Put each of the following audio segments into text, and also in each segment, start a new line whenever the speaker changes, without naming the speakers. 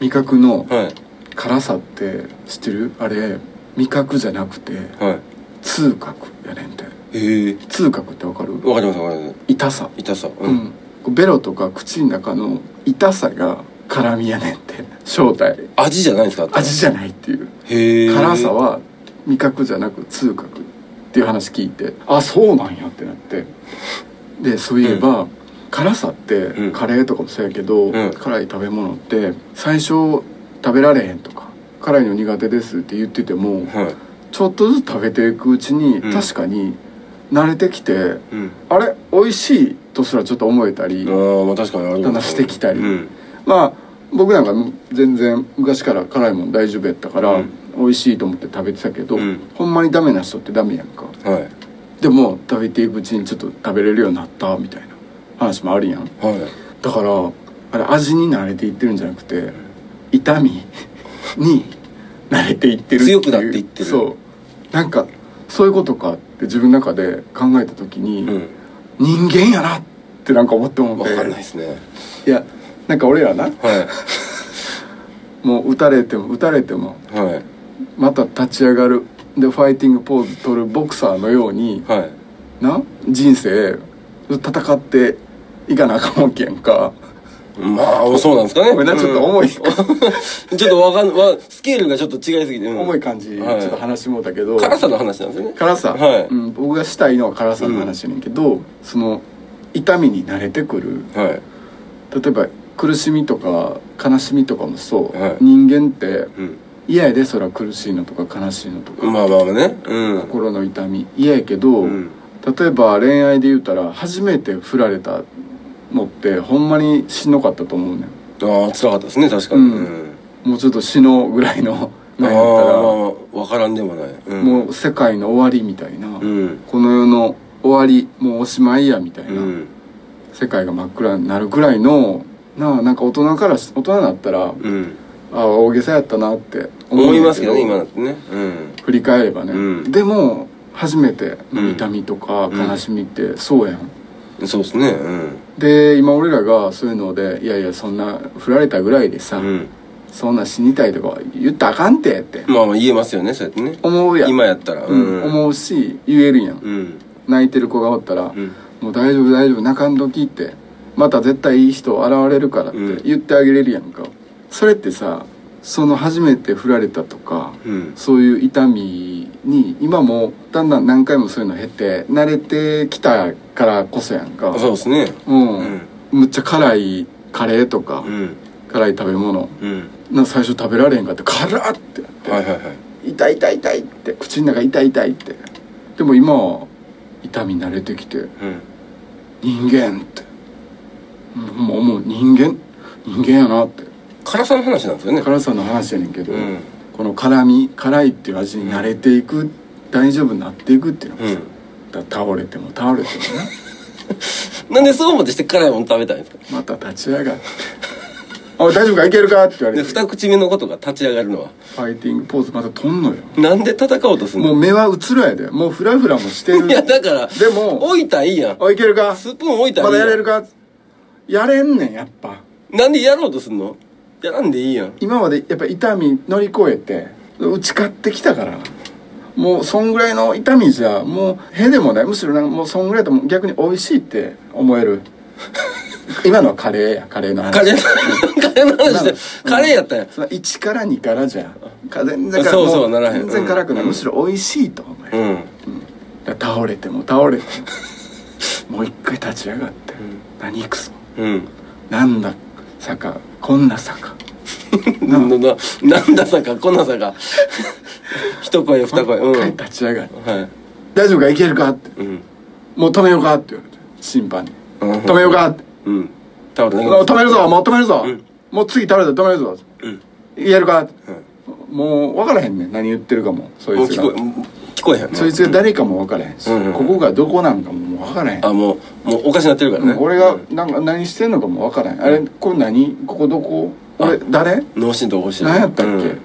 味覚の
はい
辛さって知ってるあれ味覚じゃなくて
はい
痛覚やねんて
へえ
痛覚ってわかる
わかりますわかります
痛さ
痛さう
うんんベロとか口の中の痛さが辛みやねんって正体
味じゃないんですか
味じゃないっていう
へえ
辛さは味覚じゃなく痛覚っていう話聞いてあそうなんやってなってでそういえば、辛さって、
うん
カレーとかもそうやけど、
うん
辛い食べ物って最初食べられへんとか辛いの苦手ですって言ってても
はい
ちょっとずつ食べていくうちに、
うん
確かに慣れてきて
うん
あれ美味しいとすらちょっと思えたり、
あーまあ確かにありますね
話してきたり
うん
まあ僕なんか全然昔から辛いもん大丈夫やったから、
うん
美味しいと思って食べてたけど、
うん
ほんまにダメな人ってダメやんか
はい
でも食べていくうちにちょっと食べれるようになったみたいな話もあるやん
は
だからあれ味に慣れていってるんじゃなくて痛みに慣れていってる
強くなっていってる
そうなんかそういうことかって自分の中で考えた時に、
いうん
人間やなってなんか思って思って
わかんないですね
いやなんか俺らな
はい
もう打たれても打たれても
はい
また立ち上がるでファイティングポーズ取るボクサーのように
はい
な人生戦っていかなあかんわけやんか
まあそうなんですかね
ごめんなちょっと 重い、
うんちょっとわかんわスケールがちょっと違いすぎてうん
重い感じ、
はい
ちょっと話もうたけど
辛さの話なんですよね
辛さ、
はい
うん、僕がしたいのは辛さの話やねんけど、その痛みに慣れてくる
はい
例えば苦しみとか悲しみとかもそう、
はい
人間って
うん
嫌やでそら苦しいのとか悲しいのとか、
まあまあまあねうん
心の痛み嫌やけど、
うん
例えば恋愛で言うたら初めて振られたのってほんまにしんどかったと思うねん
ああ辛かったですね確かに
うん
うん
もうちょっと死のうぐらいの
ああ
なんやったらも
わからんでもないうん
う世界の終わりみたいな、
うん
この世の終わりもうおしまいやみたいな、
うん
世界が真っ暗になるぐらいのなあなんか大人からし大人になったら、
うん
ああ大げさやったなって思うんや
思いますけどね今だってねうん
振り返ればね、
うん
でも初めての痛みとか悲しみってそうやん
そうですねうん
で今俺らがそういうので「いやいやそんな振られたぐらいでさ、
うん
そんな死にたいとか言ったらあかんて」って
まあまあ言えますよねそうやってね
思うやん
今やったら
うん思うし言えるやん、
うん
泣いてる子がおったら「
うん
もう大丈夫大丈夫泣かんとき」って「また絶対いい人現れるから」っ
う
て
ん
言ってあげれるやんか、それってさその初めて振られたとか
うん
そういう痛みに今もだんだん何回もそういうの減って慣れてきたからこそやんか
そうですね
うん、
うん
むっちゃ辛いカレーとか、
うん
辛い食べ物
うん
な最初食べられへんかって辛っって
はいはいはい
痛い痛い痛いって口の中痛い痛いってでも今は痛み慣れてきて
うん
人間ってうんもうもう人間人間やなって
辛さの話なんですよね
辛さの話やねんけど、
うん
この辛み辛いっていう味に慣れていく、大丈夫になっていくっていうのが
う
さ、だ
ん
から倒れても倒れてもね
なんでそう思ってして辛いもの食べたいんですか
また立ち上がって「おい大丈夫かいけるか?」って言わ
で
れて
二口目のことが立ち上がるのは
ファイティングポーズまたとんのよ
なんで戦おうとすん
もう
の
目はうつろやでもうフラフラもしてる
いやだから
でも
置いたらいいやん
あいけるか
スプーン置いたら
ま
いい
だ
や
やれ
ん
るかやれんねんやっぱ
なんでやろうとすんのやらんでいいやん
今までやっぱ痛み乗り越えて打ち勝ってきたからもうそんぐらいの痛みじゃもうへでもないむしろなんかもうそんぐらいだともう逆に美味しいって思える 今のはカレーやカレーの話
カ レーのカレーの話でカレーやったんや
その1から2からじゃか全然
そうそう
も
ならへん
全然辛くない、
うん
むしろ美味しいと思える、
うん
だから倒れても倒れてももう一回立ち上がって、
ん
何くそ
うん
なんだ坂こんな坂
なななんださかこんなさか一声二声うん
一
は
回
い
立ち上がって「大丈夫かいけるか?」って
うん
「もう止めようか?」って言われて審判に「
うん
止めようか?」って
うん倒
「
れて
もう止めるぞもう止めるぞ、
うん
もう次倒れたら止めるぞ」
うん
言えるか?」
うん
もう分からへんねん何言ってるかもそ
もう
いつ
聞
が
こえもう聞こえへんね
そいつが誰かも分からへんし、
うんうん
ここがどこなんかももう分からへん、
あもうもうおかしなってるからね
俺がなんか何してんのかも分からへんあれこれ何ここどこ俺誰
脳震盪起こしてる
何やったっけ、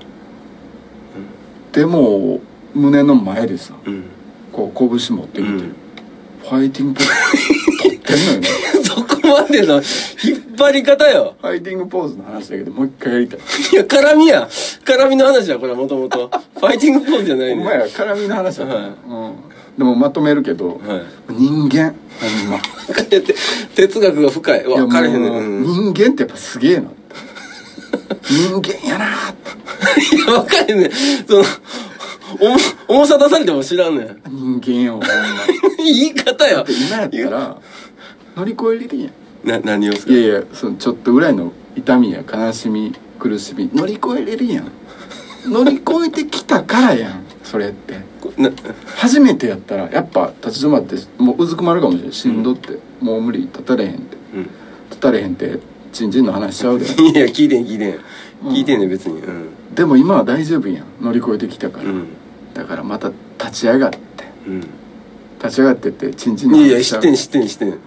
でも胸の前でさ
うん
こう拳持ってきて、
うん
フファイティングポーズ取ってんのよね
そこまでの引っ張り方よ。
ファイティングポーズの話だけどもう一回やりたい
いや、絡みや。絡みの話や、これはもともと。ファイティングポーズじゃない
お
ね。
前ら絡みの話だから、
はい
うん、でもまとめるけど、
はい
人間ほんま
て 哲学が深い。
いや
分かれへんね。
もうん
うん
人間ってやっぱすげえなって人間やなって
いや、分かれへんねん。その、おも重さ出されても知らんね
人
ん。
間よほんま
言い方よ
で。今やったら乗り越えれるやん
な、何をす
いや
る
いやそのちょっとぐらいの痛みや悲しみ苦しみ乗り越えれるやん乗り越えてきたからやんそれって
な
初めてやったらやっぱ立ち止まってもううずくまるかもしれんしんどって、もう無理立たれへんって
う
立たれへんってちんちんの話しちゃうで
ん。いや、聞いてん、聞いてん。聞いてんねん、別に。うん。
でも今は大丈夫やん乗り越えてきたから、
うん。
だからまた立ち上がって
うん。
立ち上がってってちんちんの
いやいや、
話しち
知
ゃ
っ
う
てん、知ってん、知ってん。